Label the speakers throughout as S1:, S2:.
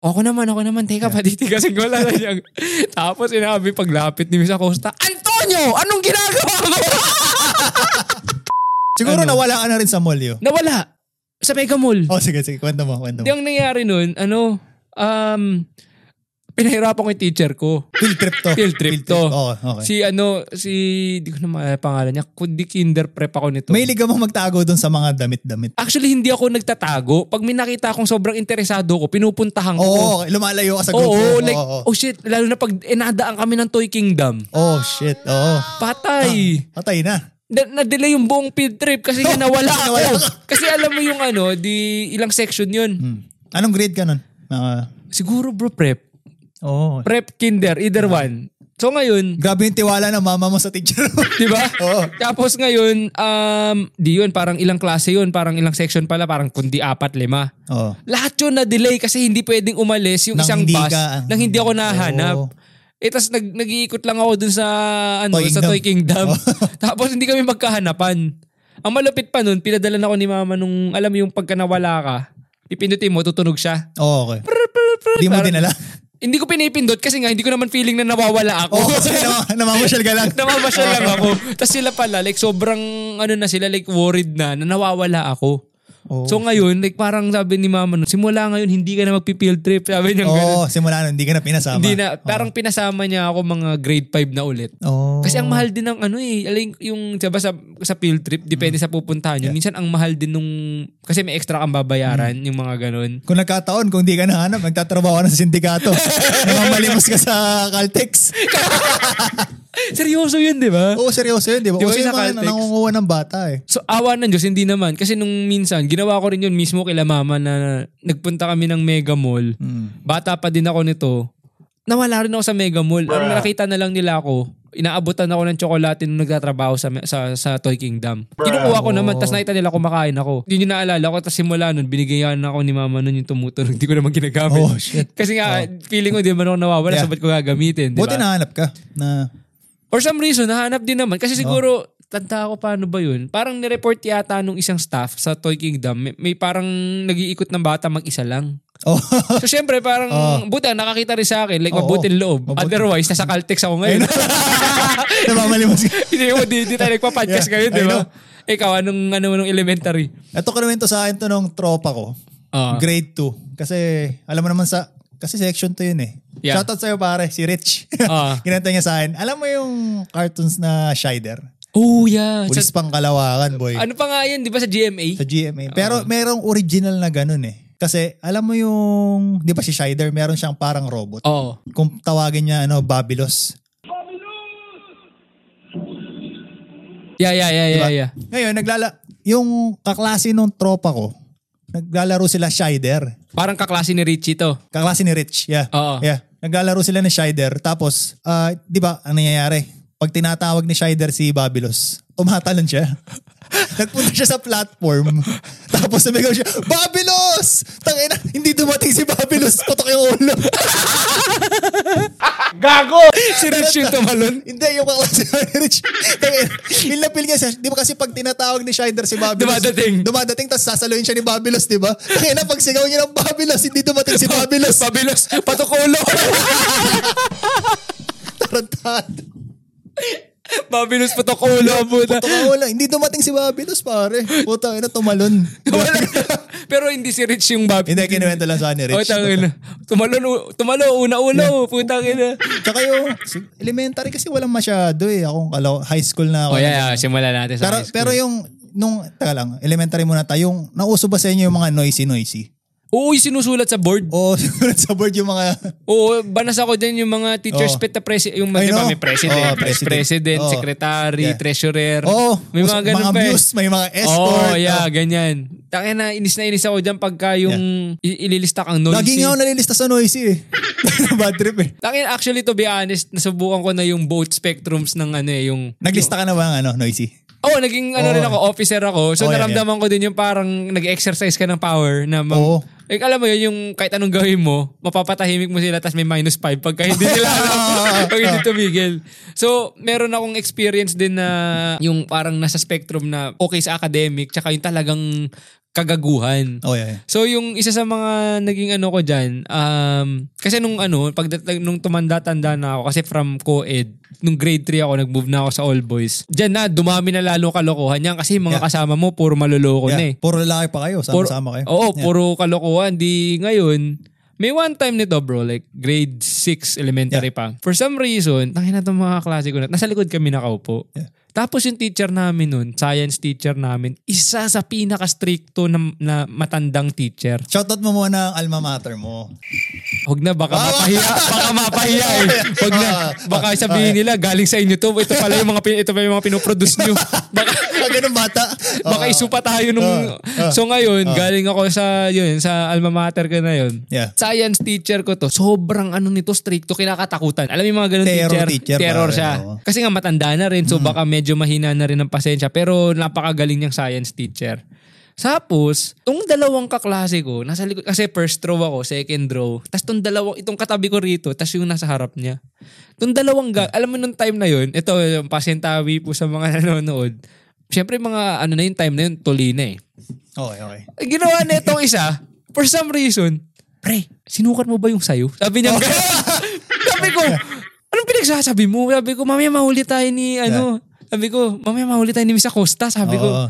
S1: Ako naman, ako naman. Teka, patitigasin ko lang niya. Tapos sinabi paglapit ni Miss Acosta, Antonio! Anong ginagawa mo?
S2: Siguro
S1: Ano?
S2: nawala ka na rin sa mall yun.
S1: Nawala. Sa Mega Mall.
S2: Oh, sige, sige. Kwento mo, kwento
S1: Di
S2: mo.
S1: ang nangyari nun, ano, um, pinahirapan ko yung teacher ko.
S2: Field trip to.
S1: Field trip to.
S2: Oo, okay.
S1: Si ano, si, di ko na maalala pangalan niya, kundi kinder prep ako nito.
S2: May liga mong magtago dun sa mga damit-damit.
S1: Actually, hindi ako nagtatago. Pag may nakita akong sobrang interesado ko, pinupuntahan ko.
S2: Oo, lumalayo ka sa
S1: Oh, Oo,
S2: grupo.
S1: like,
S2: oo.
S1: oh shit, lalo na pag inadaan kami ng Toy Kingdom.
S2: Oh, shit. Oo.
S1: Patay.
S2: Patay na.
S1: Na- delay yung buong field trip kasi nga nawala ako.
S2: Nawala ka.
S1: kasi alam mo yung ano, di ilang section yun.
S2: Hmm. Anong grade ka nun? Mga-
S1: Siguro bro, prep.
S2: Oo.
S1: Prep, kinder, either
S2: Hmm.
S1: one. So ngayon,
S2: Grabe yung tiwala ng mama mo sa teacher mo.
S1: di ba?
S2: Oo.
S1: Tapos ngayon, um, di yun, parang ilang klase yun, parang ilang section pala, parang kundi apat, lima.
S2: Oo.
S1: Lahat yun na-delay kasi hindi pwedeng umalis yung
S2: Nang
S1: isang
S2: hindi
S1: bus
S2: ka-
S1: nang hindi ako nahanap.
S2: Oo.
S1: Eh tas nag, nag-iikot lang ako dun sa ano
S2: Toy
S1: sa
S2: Kingdom.
S1: Toy Kingdom. Tapos hindi kami magkahanapan. Ang malupit pa nun, pinadala na ako ni mama nung alam mo yung pagka nawala ka, pipindutin mo, tutunog siya.
S2: Oo, okay. Di mo
S1: Parang-
S2: dinala.
S1: Hindi ko pinipindot kasi nga hindi ko naman feeling na nawawala ako.
S2: Oo, kasi nam- namamasyal ka lang.
S1: Namamasyal lang ako. Tapos sila pala, like sobrang ano na sila, like worried na, na nawawala ako.
S2: Oo.
S1: So ngayon, like parang sabi ni mama nun, simula ngayon hindi ka na magpipield trip. Sabi niya ganun.
S2: Oo, simula nun, hindi ka na pinasama.
S1: Hindi na, parang pinasama niya ako mga grade 5 na ulit.
S2: Oo.
S1: Kasi ang mahal din ng ano eh, alin- yung diba, sa, sa field trip, depende
S2: Mm.
S1: sa pupuntahan nyo. Minsan ang mahal din nung, kasi may extra kang babayaran,
S2: Mm.
S1: yung mga ganun.
S2: Kung nagkataon, kung hindi ka nahanap, magtatrabaho ka na sa sindikato. Namamalimos ka sa Caltex.
S1: Seryoso yun, di ba?
S2: Oo, seryoso yun, di ba?
S1: Di ba
S2: Kasi
S1: yung
S2: yung
S1: sa
S2: mga
S1: Caltex?
S2: nangunguha ng bata eh.
S1: So awa ng Diyos, hindi naman. Kasi nung minsan, ginawa ko rin yun mismo kila mama na nagpunta kami ng Mega
S2: Mm.
S1: Mall. Bata pa din ako nito. Nawala rin ako sa Mega Mall. Ang nakita na lang nila ako, inaabutan ako ng tsokolate nung nagtatrabaho sa, sa, sa Toy Kingdom. Kinukuha ko naman,
S2: Oh.
S1: tas nakita nila kumakain ako. Yun yung naalala ko, tas simula nun, binigyan ako ni mama nun yung tumutunog. Hindi ko naman ginagamit.
S2: Oh, shit. Oh.
S1: Kasi nga, feeling ko di man ako nawawala,
S2: Yeah.
S1: so ba't ko gagamitin? Di
S2: Buti
S1: ba?
S2: nahanap ka. Na,
S1: For some reason, nahanap din naman.
S2: Oh.
S1: Kasi siguro, tanda ko paano ba yun. Parang nireport yata nung isang staff sa Toy Kingdom. May, may parang nag-iikot ng bata mag-isa lang.
S2: oh,
S1: So syempre, parang buta, nakakita rin sa akin. Like,
S2: Ah. Oo.
S1: mabuting loob.
S2: Mabuti.
S1: Otherwise, nasa Caltex ako ngayon.
S2: namamalimos ka.
S1: Hindi mo, di, di tayo nagpa-podcast
S2: Yeah,
S1: ngayon, di
S2: I
S1: ba?
S2: know.
S1: Ikaw, anong, ano, anong elementary?
S2: Ito kinuwento sa akin to nung tropa ko.
S1: Ah.
S2: Grade 2. Kasi alam mo naman sa kasi section to yun eh.
S1: Yeah.
S2: Shoutout sa'yo pare, si Rich.
S1: Ah.
S2: Kinanta niya sa akin. Alam mo yung cartoons na Shider?
S1: Oh, yeah. Sa-
S2: Pulis pang kalawakan, boy.
S1: ano pa nga yan, di ba, sa GMA?
S2: Sa GMA. Pero merong original na ganun eh. Kasi alam mo yung, di ba si Shider, meron siyang parang robot.
S1: Oo.
S2: Kung tawagin niya, ano, Babylos.
S1: Yeah, yeah, yeah, yeah, yeah.
S2: Ngayon, naglala, yung kaklase nung tropa ko, naglalaro sila Shider.
S1: Parang kaklase ni Richie to.
S2: Kaklase ni Rich, yeah.
S1: Oo.
S2: Yeah. Naglalaro sila ni Shider. Tapos, ah, di ba, ang nangyayari? Pag tinatawag ni Shider si Babylos, tumatalon siya. Nagpunta siya sa platform. Tapos sumigaw siya, Babylos! Tangina, hindi dumating si Babylos. Putok yung ulo.
S1: si Rich yung tumalon.
S2: hindi, yung kaklase ni Rich. Tangina, Pinlapil niya siya. Di ba kasi pag tinatawag ni Shider si Babylos,
S1: Dumadating.
S2: Dumadating, tapos sasaluhin siya ni Babylos, di ba? Tangina, pag sigaw niya ng Babylos, hindi dumating si Babylos.
S1: Babilos, patukulo.
S2: Tarantado.
S1: Babilos, patukulo. Puta.
S2: Totoo lang. Hindi dumating si Babylos, pare. Puta, ina, tumalon.
S1: Pero hindi si Rich yung Babilos.
S2: Hindi, kinuwento lang sa ni
S1: Oh,
S2: Rich.
S1: tangin na. Tumalo, nu- tumalo, una-ulo. Puta na.
S2: Tsaka yung elementary kasi walang masyado eh. Ako, kalaw- high school na ako.
S1: Oh, yeah, yeah. Simula natin sa
S2: Pero,
S1: high school.
S2: pero yung, nung, taka lang, elementary muna tayo. Yung, nauso ba sa inyo yung mga noisy-noisy?
S1: Oo, yung sinusulat sa board.
S2: O, sinulat sa board yung mga,
S1: Oo, banas ako din yung mga teacher's
S2: Oo.
S1: pet na presi- yung
S2: I
S1: di ba,
S2: know.
S1: may president,
S2: Oo,
S1: vice
S2: Oh, president.
S1: president,
S2: Oo.
S1: secretary,
S2: Yeah.
S1: treasurer.
S2: oo,
S1: may mga ganun
S2: mga
S1: pa eh.
S2: views, may mga escort.
S1: Oh, yeah, ganyan. Tangin na, inis na inis ako dyan pagka yung i- ililista kang noisy.
S2: Laging ako nalilista sa noisy eh. Bad trip eh.
S1: Tangin, actually, to be honest, nasubukan ko na yung both spectrums ng ano eh, yung...
S2: Naglista ka na ba ng ano, noisy?
S1: Oh, naging ano
S2: Oo.
S1: rin ako, officer ako. So
S2: Oo, yan,
S1: naramdaman ko din yung parang nag-exercise ka ng power na mag-
S2: Oo.
S1: Like, alam mo yun, yung kahit anong gawin mo, mapapatahimik mo sila tapos may minus 5 pagka hindi nila alam, pag hindi tumigil. So, meron akong experience din na yung parang nasa spectrum na okay sa academic tsaka yung talagang kagaguhan.
S2: Oh, yeah. yeah.
S1: So yung isa sa mga naging ano ko diyan, um kasi nung ano, pag nung tumanda-tanda na ako kasi from co-ed, nung grade 3 ako nag-move na ako sa all boys. Diyan na dumami na lalo kalokohan niyan kasi yung mga
S2: Yeah.
S1: kasama mo puro maloloko
S2: yeah.
S1: na eh.
S2: Puro lalaki pa kayo.
S1: Puro- Oh.
S2: Sama-sama kayo.
S1: Oo,
S2: Yeah.
S1: puro kalokohan. Di ngayon, may one time nito bro, like grade 6 elementary pa. For some reason, tangin na itong mga klase ko na, nasa likod kami nakaupo.
S2: Yeah.
S1: Tapos yung teacher namin nun, science teacher namin, isa sa pinaka-stricto na, na matandang teacher.
S2: Shoutout mo muna ang alma mater mo.
S1: Huwag na, baka
S2: Ah!
S1: mapahiya. Baka mapahiya eh. Huwag na.
S2: Ah,
S1: Baka
S2: ah,
S1: sabihin nila, galing sa inyo to. Ito pala yung mga, pin- ito pala yung mga pinoproduce nyo. Baka,
S2: Ah, ganun bata.
S1: baka
S2: Oo.
S1: isupa tayo nung...
S2: Ah, ah,
S1: so ngayon, galing ako sa, yun, sa alma mater ko na yun.
S2: Yeah.
S1: Science teacher ko to. Sobrang ano nito, stricto, kinakatakutan. Alam mo yung mga ganun
S2: Terror
S1: teacher?
S2: teacher,
S1: Terror
S2: pare,
S1: siya.
S2: oo. Mm.
S1: Kasi nga matanda na rin, so baka medyo mahina na rin ang pasensya. Pero napakagaling niyang science teacher. Tapos, tong dalawang kaklase ko, nasa likod, kasi first row ako, second row. Tapos tong dalawang, itong katabi ko rito, tapos yung nasa harap niya. Tong dalawang, ga- alam mo nung time na yun, ito, yung pasentawi po sa mga nanonood. Siyempre mga, ano na yung time na yun, tuli na eh.
S2: Okay, okay.
S1: Ang Ginawa na itong isa, for some reason, pre, sinukat mo ba yung sayo? Sabi niya, sabi ko, anong pinagsasabi mo? Sabi ko, mamaya mahuli tayo ni, ano, sabi ko, mamaya mahuli tayo ni Miss Acosta. Sabi ko,
S2: Oo.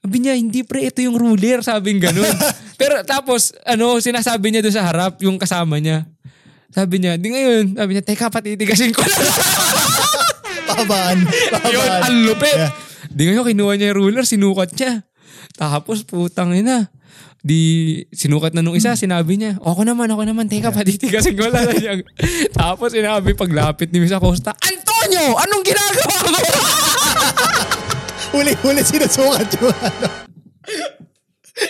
S1: sabi niya, hindi pre, ito yung ruler. Sabi niya ganun. Pero tapos, ano, sinasabi niya doon sa harap, yung kasama niya. Sabi niya, di ngayon, sabi niya, teka, patitigasin ko lang.
S2: Pabaan. Pabaan.
S1: Yun, ang lupit.
S2: Yeah.
S1: Di ngayon, kinuha niya yung ruler, sinukat niya. Tapos, putang ina. Di, sinukat na nung isa, sinabi niya, ako naman, ako naman, teka, patitigasin ko lang. Sabi niya. Tapos, sinabi, paglapit ni Miss Acosta, Antonio, anong ginagawa mo?
S2: Huli-huli sinusukat yung ano.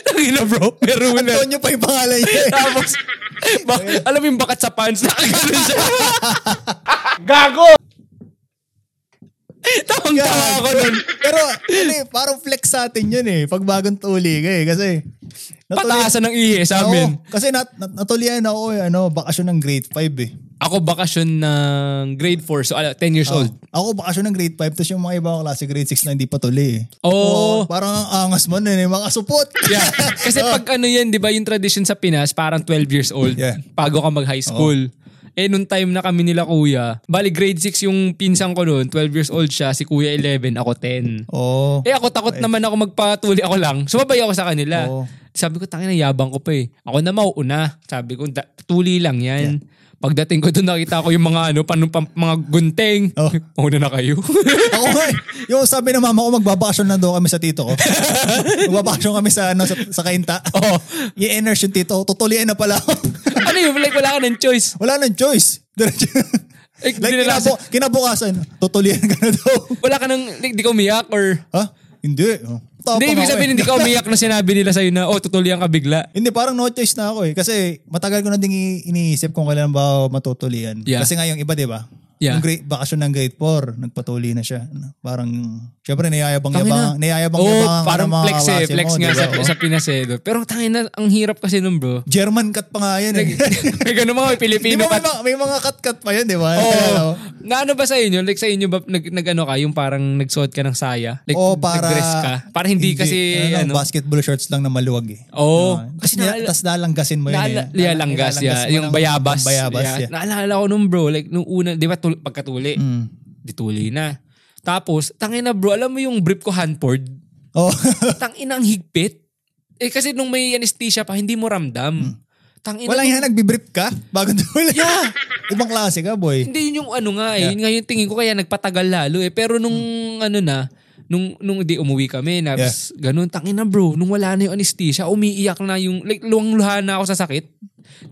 S1: Tangina bro, may ruler.
S2: Antonio pa yung pangalan niya. eh.
S1: Tapos, ba, alam mo yung bakat sa pants na ganun siya. Gago! Tawang-tawa ako nun.
S2: Pero, ano eh, parang flex sa atin yun eh. Pag bagong tuli ka eh. Kasi,
S1: Pataasan ng ihi sa
S2: Oo,
S1: amin.
S2: kasi nat, nat, natulian ako eh, ano, bakasyon ng grade 5 eh.
S1: Ako bakasyon ng grade 4, so ala, 10 years
S2: Oh.
S1: old.
S2: Ah, Ako bakasyon ng grade 5, tapos yung mga iba ko klase grade 6 na hindi pa tuli eh.
S1: Oo.
S2: parang ang angas mo nun eh, makasupot.
S1: Yeah. Kasi
S2: Oh.
S1: pag ano yan, di ba yung tradition sa Pinas, parang 12 years old.
S2: Yeah. Oh.
S1: Bago ka mag-high school. Eh, nung time na kami nila kuya, bali grade 6 yung pinsan ko noon, 12 years old siya, si kuya 11, ako 10.
S2: Oh. Oo.
S1: Eh ako takot naman ako magpatuli ako lang. Sumabay ako sa kanila.
S2: Oo.
S1: Sabi ko, tangin na yabang ko pa eh. Ako na mauuna. Sabi ko, "Da- tuli lang yan. Pagdating ko doon, nakita ko yung mga ano, panong pam- mga gunting.
S2: Oh.
S1: Mauna na kayo.
S2: Ako nga eh. Yung sabi ng mama ko, magbabakasyon na daw kami sa tito ko. magbabakasyon kami sa, ano, sa, sa kainta.
S1: Oo.
S2: I-energe yung tito ko, tutulian na pala ako.
S1: ano yun? Like, wala ka ng choice.
S2: Wala nang choice. Diretso.
S1: Eh,
S2: like,
S1: dinalasan-
S2: kinabu- kinabukasan, tutulian ka na daw.
S1: Wala ka ng, like, di ka umiyak or...
S2: Ha? Hindi. Oh. Tapang
S1: Hindi, ibig
S2: ako
S1: sabihin,
S2: eh.
S1: hindi ka umiyak na sinabi nila sa'yo na, oh, tutulian ka bigla.
S2: Hindi, parang no choice na ako eh. Kasi matagal ko na ding i- iniisip kung kailan ba ako matutulian.
S1: Yeah.
S2: Kasi nga yung iba, di ba?
S1: Yeah.
S2: Yung grade, bakasyon ng grade 4, nagpatuli na siya. Parang, syempre,
S1: Oo,
S2: niyayabang-yabang. Niyayabang-yabang
S1: Oh, parang flex eh. Flex nga sa,
S2: Pinas.
S1: sa Pinas eh. do. Pero tangin na, ang hirap kasi nun bro.
S2: Oh. German cut pa nga yan eh.
S1: may ganun mga may
S2: Di
S1: Pilipino
S2: ba may,
S1: pa.
S2: mga- may mga cut-cut pa yun, di
S1: Oh.
S2: ba?
S1: Oo. na ano ba sa inyo? Like sa inyo ba nag, nag ano ka? Yung parang nagsuot ka ng saya? Like
S2: O Oh, para...
S1: nag-dress ka? Para hindi, kasi
S2: lang,
S1: ano.
S2: Basketball shorts lang na maluwag eh.
S1: Oo.
S2: Kasi
S1: kasi naala-
S2: tas lalanggasin mo yun
S1: Naala,
S2: eh.
S1: lialanggas, yeah.
S2: mo
S1: Yung
S2: ng-
S1: bayabas.
S2: Bayabas,
S1: yeah.
S2: yeah.
S1: Naalala ko nun bro, like nung una, di ba tul- pagkatuli,
S2: Mm.
S1: di tuli na. Tapos, tangin na bro, alam mo yung brief ko handpord?
S2: Oo.
S1: Tangina ang higpit. Eh kasi nung may anesthesia pa, hindi mo ramdam. Tangina.
S2: Wala yan, nagbibrip ka bago tuloy.
S1: Yeah.
S2: Ibang klase ka, boy.
S1: Hindi yun yung ano nga eh. Yun nga yung tingin ko kaya nagpatagal lalo eh. Pero nung ano na, nung nung di umuwi kami, na
S2: Hmm. Yeah.
S1: ganun, tangina bro, nung wala na yung anesthesia, umiiyak na yung, like luwang-luha na ako sa sakit.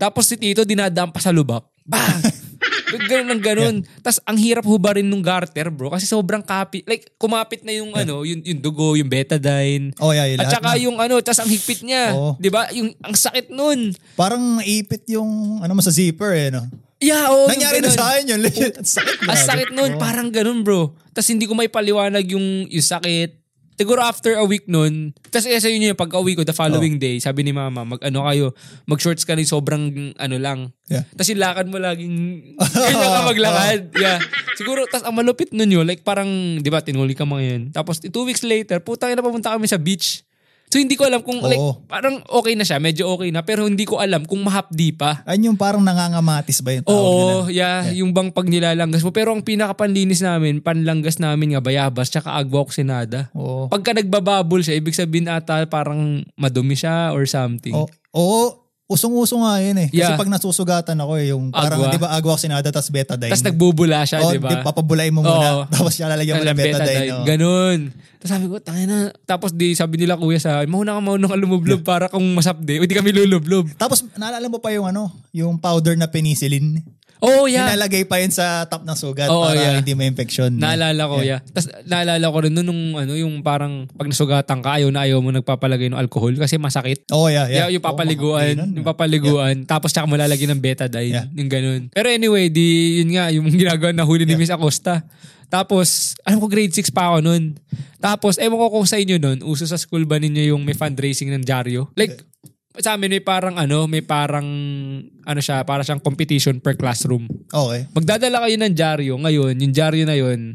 S1: Tapos si Tito dinadampa sa lubak. Bang! ganun ng ganun. Tapos ang hirap hubarin nung garter bro kasi sobrang kapit. Like kumapit na yung ano, yung, yung dugo, yung betadine.
S2: Oh, yeah, yung
S1: At
S2: lahat
S1: saka
S2: na.
S1: yung ano, tas ang higpit niya.
S2: Oo.
S1: 'Di ba? Yung ang sakit nun.
S2: Parang maipit yung ano mo sa zipper eh, no?
S1: Yeah, oo. yung
S2: Nangyari na
S1: ganun.
S2: sa akin yun. Legit. Ang sakit.
S1: Ang
S2: grabe.
S1: sakit nun, parang ganun bro. Tapos hindi ko may paliwanag yung, yung sakit. Siguro after a week nun, tapos eh, sa yun yung pagka-uwi ko the
S2: Oh.
S1: following day, sabi ni mama, mag ano kayo, mag shorts ka rin sobrang ano lang.
S2: Yeah.
S1: Tapos yung lakad mo laging, ganyan ka maglakad. yeah. Siguro, tapos ang malupit nun yun, like parang, di ba, tinuli ka mga yun. Tapos two weeks later, putang ina papunta kami sa beach. So hindi ko alam kung like,
S2: Oo.
S1: parang okay na siya, medyo okay na, pero hindi ko alam kung mahapdi pa.
S2: Ayun yung parang nangangamatis ba yung tawag nila?
S1: Oo, yeah, yung bang pag nilalanggas mo. Pero ang pinakapanlinis namin, panlanggas namin nga, bayabas, tsaka agwa oksinada.
S2: Oo.
S1: Pagka nagbababol siya, ibig sabihin ata parang madumi siya or something.
S2: Oo. Oh, Oo. Usong-uso nga yun eh. Kasi
S1: Yeah.
S2: pag nasusugatan ako eh, yung
S1: Agwa.
S2: parang, di ba, agwa sinada tas betadine.
S1: Tapos nagbubula siya,
S2: Oo,
S1: Oh, di ba?
S2: papabulain mo muna.
S1: Oo.
S2: Tapos siya lalagyan mo ng
S1: Alam,
S2: betadine. oh. oo.
S1: Ganun. Tapos sabi ko, tangin na. Tapos di, sabi nila kuya sa akin, mauna ka, mauna ka lumublob para kung masapde. Hindi kami lulublob.
S2: Tapos naalala mo pa yung ano, yung powder na penicillin.
S1: Oh, yeah.
S2: Nilalagay pa yun sa top ng sugat
S1: Oo,
S2: para
S1: yeah.
S2: hindi ma-infection.
S1: Naalala ko, yeah. Tapos naalala ko rin nun, nung ano, yung parang pag nasugatan ka, ayaw na ayaw mo nagpapalagay ng alcohol kasi masakit.
S2: Oh, yeah, yeah.
S1: Yeah, yung
S2: Oo,
S1: papaliguan,
S2: makapal yun.
S1: yung papaliguan, tapos tsaka malalagyan ng betadine,
S2: Yeah.
S1: yung ganun. Pero anyway, di, yun nga, yung ginagawa na huli ni Miss Acosta. Tapos, alam ko grade 6 pa ako nun. Tapos, ewan ko kung sa inyo nun, uso sa school ba ninyo yung may fundraising ng dyaryo? Like, sa amin may parang ano, may parang, ano siya, para siyang competition per classroom.
S2: Okay.
S1: Magdadala kayo ng dyaryo ngayon, yung dyaryo na yun,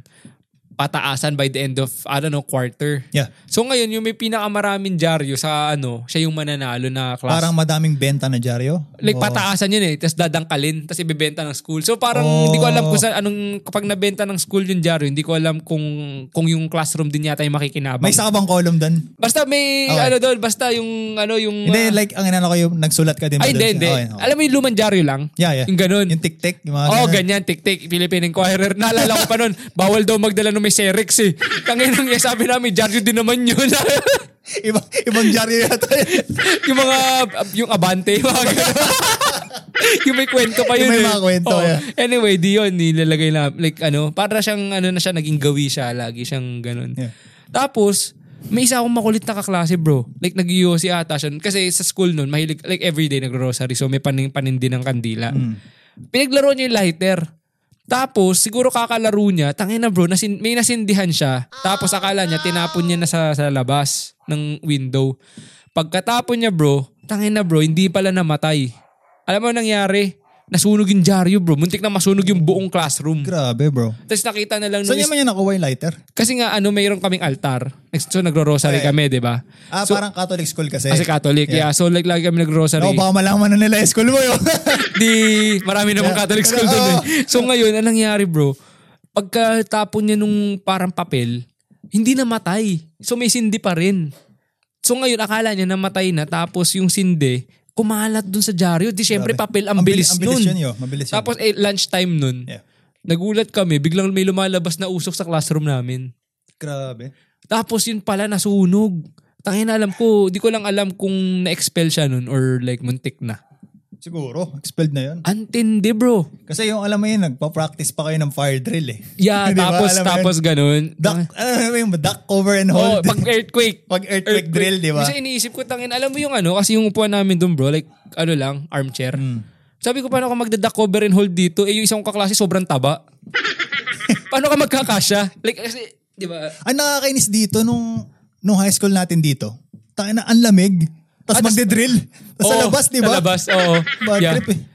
S1: pataasan by the end of, I don't know, quarter.
S2: Yeah.
S1: So ngayon, yung may pinakamaraming dyaryo sa ano, siya yung mananalo na class.
S2: Parang madaming benta na Oh. dyaryo.
S1: like
S2: Oo.
S1: pataasan yun eh, tapos dadangkalin, tapos ibebenta ng school. So parang hindi ko alam kung sa anong kapag nabenta ng school yung dyaryo, hindi ko alam kung kung yung classroom din yata yung makikinabang.
S2: May isa ka bang column doon?
S1: basta may
S2: Okay.
S1: ano doon, basta yung ano yung ah,
S2: Hindi, like, ang inano ko yung nagsulat ka din ba
S1: ay hindi,
S2: dun?
S1: hindi.
S2: Okay, okay.
S1: Alam mo yung lumang dyaryo lang?
S2: Yeah, yeah.
S1: Yung ganun.
S2: Yung tik-tik, yung mga
S1: Oo, oh,
S2: ganun.
S1: ganyan, tik-tik, Philippine Inquirer. Naalala ko pa nun, bawal daw magdala ng may Cerex eh. Tanginang niya, sabi namin, dyaryo din naman yun.
S2: Ibang, ibang dyaryo yata yun.
S1: yung mga, yung abante, yung mga ganun. yung may kwento pa yun.
S2: Yung may
S1: eh.
S2: mga kwento,
S1: Oo.
S2: yeah.
S1: Anyway, di yun, nilalagay na, like ano, para siyang, ano na siya, naging gawi siya, lagi siyang ganun.
S2: Yeah.
S1: Tapos, may isa akong makulit na kaklase bro. Like nag si ata siya. Kasi sa school nun, mahilig, like everyday nag-rosary. So may panin, panindi ng kandila.
S2: Hmm.
S1: Pinaglaro niya yung lighter. Tapos, siguro kakalaro niya, tangin na bro, nasin, may nasindihan siya. Tapos akala niya, tinapon niya na sa, sa labas ng window. Pagkatapon niya bro, tangin na bro, hindi pala namatay. Alam mo ang nangyari? Nasunog yung dyaryo bro. Muntik na masunog yung buong classroom.
S2: Grabe, bro.
S1: Tapos nakita na lang nung
S2: Saan niya man niya nakuha yung lighter?
S1: kasi nga ano, mayroon kaming altar. Next, so nagro-rosary
S2: Okay.
S1: kami, 'di ba?
S2: Ah,
S1: So,
S2: parang Catholic school kasi.
S1: kasi Catholic, yeah. So like lagi kami nagro-rosary.
S2: Ako, baka malaman na nila yung school mo yun.
S1: Di marami namang Catholic school doon.
S2: Oh.
S1: Eh. So ngayon, anong nangyari, bro? Pagkatapon niya nung parang papel, hindi namatay. So may sindi pa rin. So ngayon, akala niya namatay na tapos yung sindi, kumalat dun sa dyaryo. Di syempre, papel, ang, bilis,
S2: bilis- ang bilis
S1: nun.
S2: yun, yo. Mabilis yun.
S1: Tapos eh, lunchtime nun,
S2: Yeah.
S1: nagulat kami, biglang may lumalabas na usok sa classroom namin.
S2: Grabe.
S1: Tapos yun pala nasunog. Tangin na alam ko, di ko lang alam kung na-expel siya nun or like muntik na.
S2: Siguro, expelled na yun.
S1: Antindi bro.
S2: Kasi yung alam mo yun, nagpa-practice pa kayo ng fire drill eh.
S1: Yeah,
S2: Di ba?
S1: tapos
S2: Alam mo yun?
S1: tapos ganun.
S2: Duck, alam mo yung duck cover and
S1: Oh,
S2: hold.
S1: pag earthquake.
S2: Pag earthquake drill, di ba?
S1: Kasi iniisip ko, tangin, alam mo yung ano, kasi yung upuan namin dun bro, like ano lang, armchair.
S2: Hmm.
S1: Sabi ko, paano ka magdadak cover and hold dito? Eh, yung isang kaklase sobrang taba. paano ka magkakasya? Like, kasi, di ba?
S2: Ang nakakainis dito nung, nung high school natin dito, tayo na ang lamig.
S1: Ah,
S2: Tapos
S1: tas-
S2: magde-drill. Tapos sa
S1: Oo,
S2: labas, di ba?
S1: Sa labas, oo.
S2: Bad
S1: Yeah.
S2: trip eh.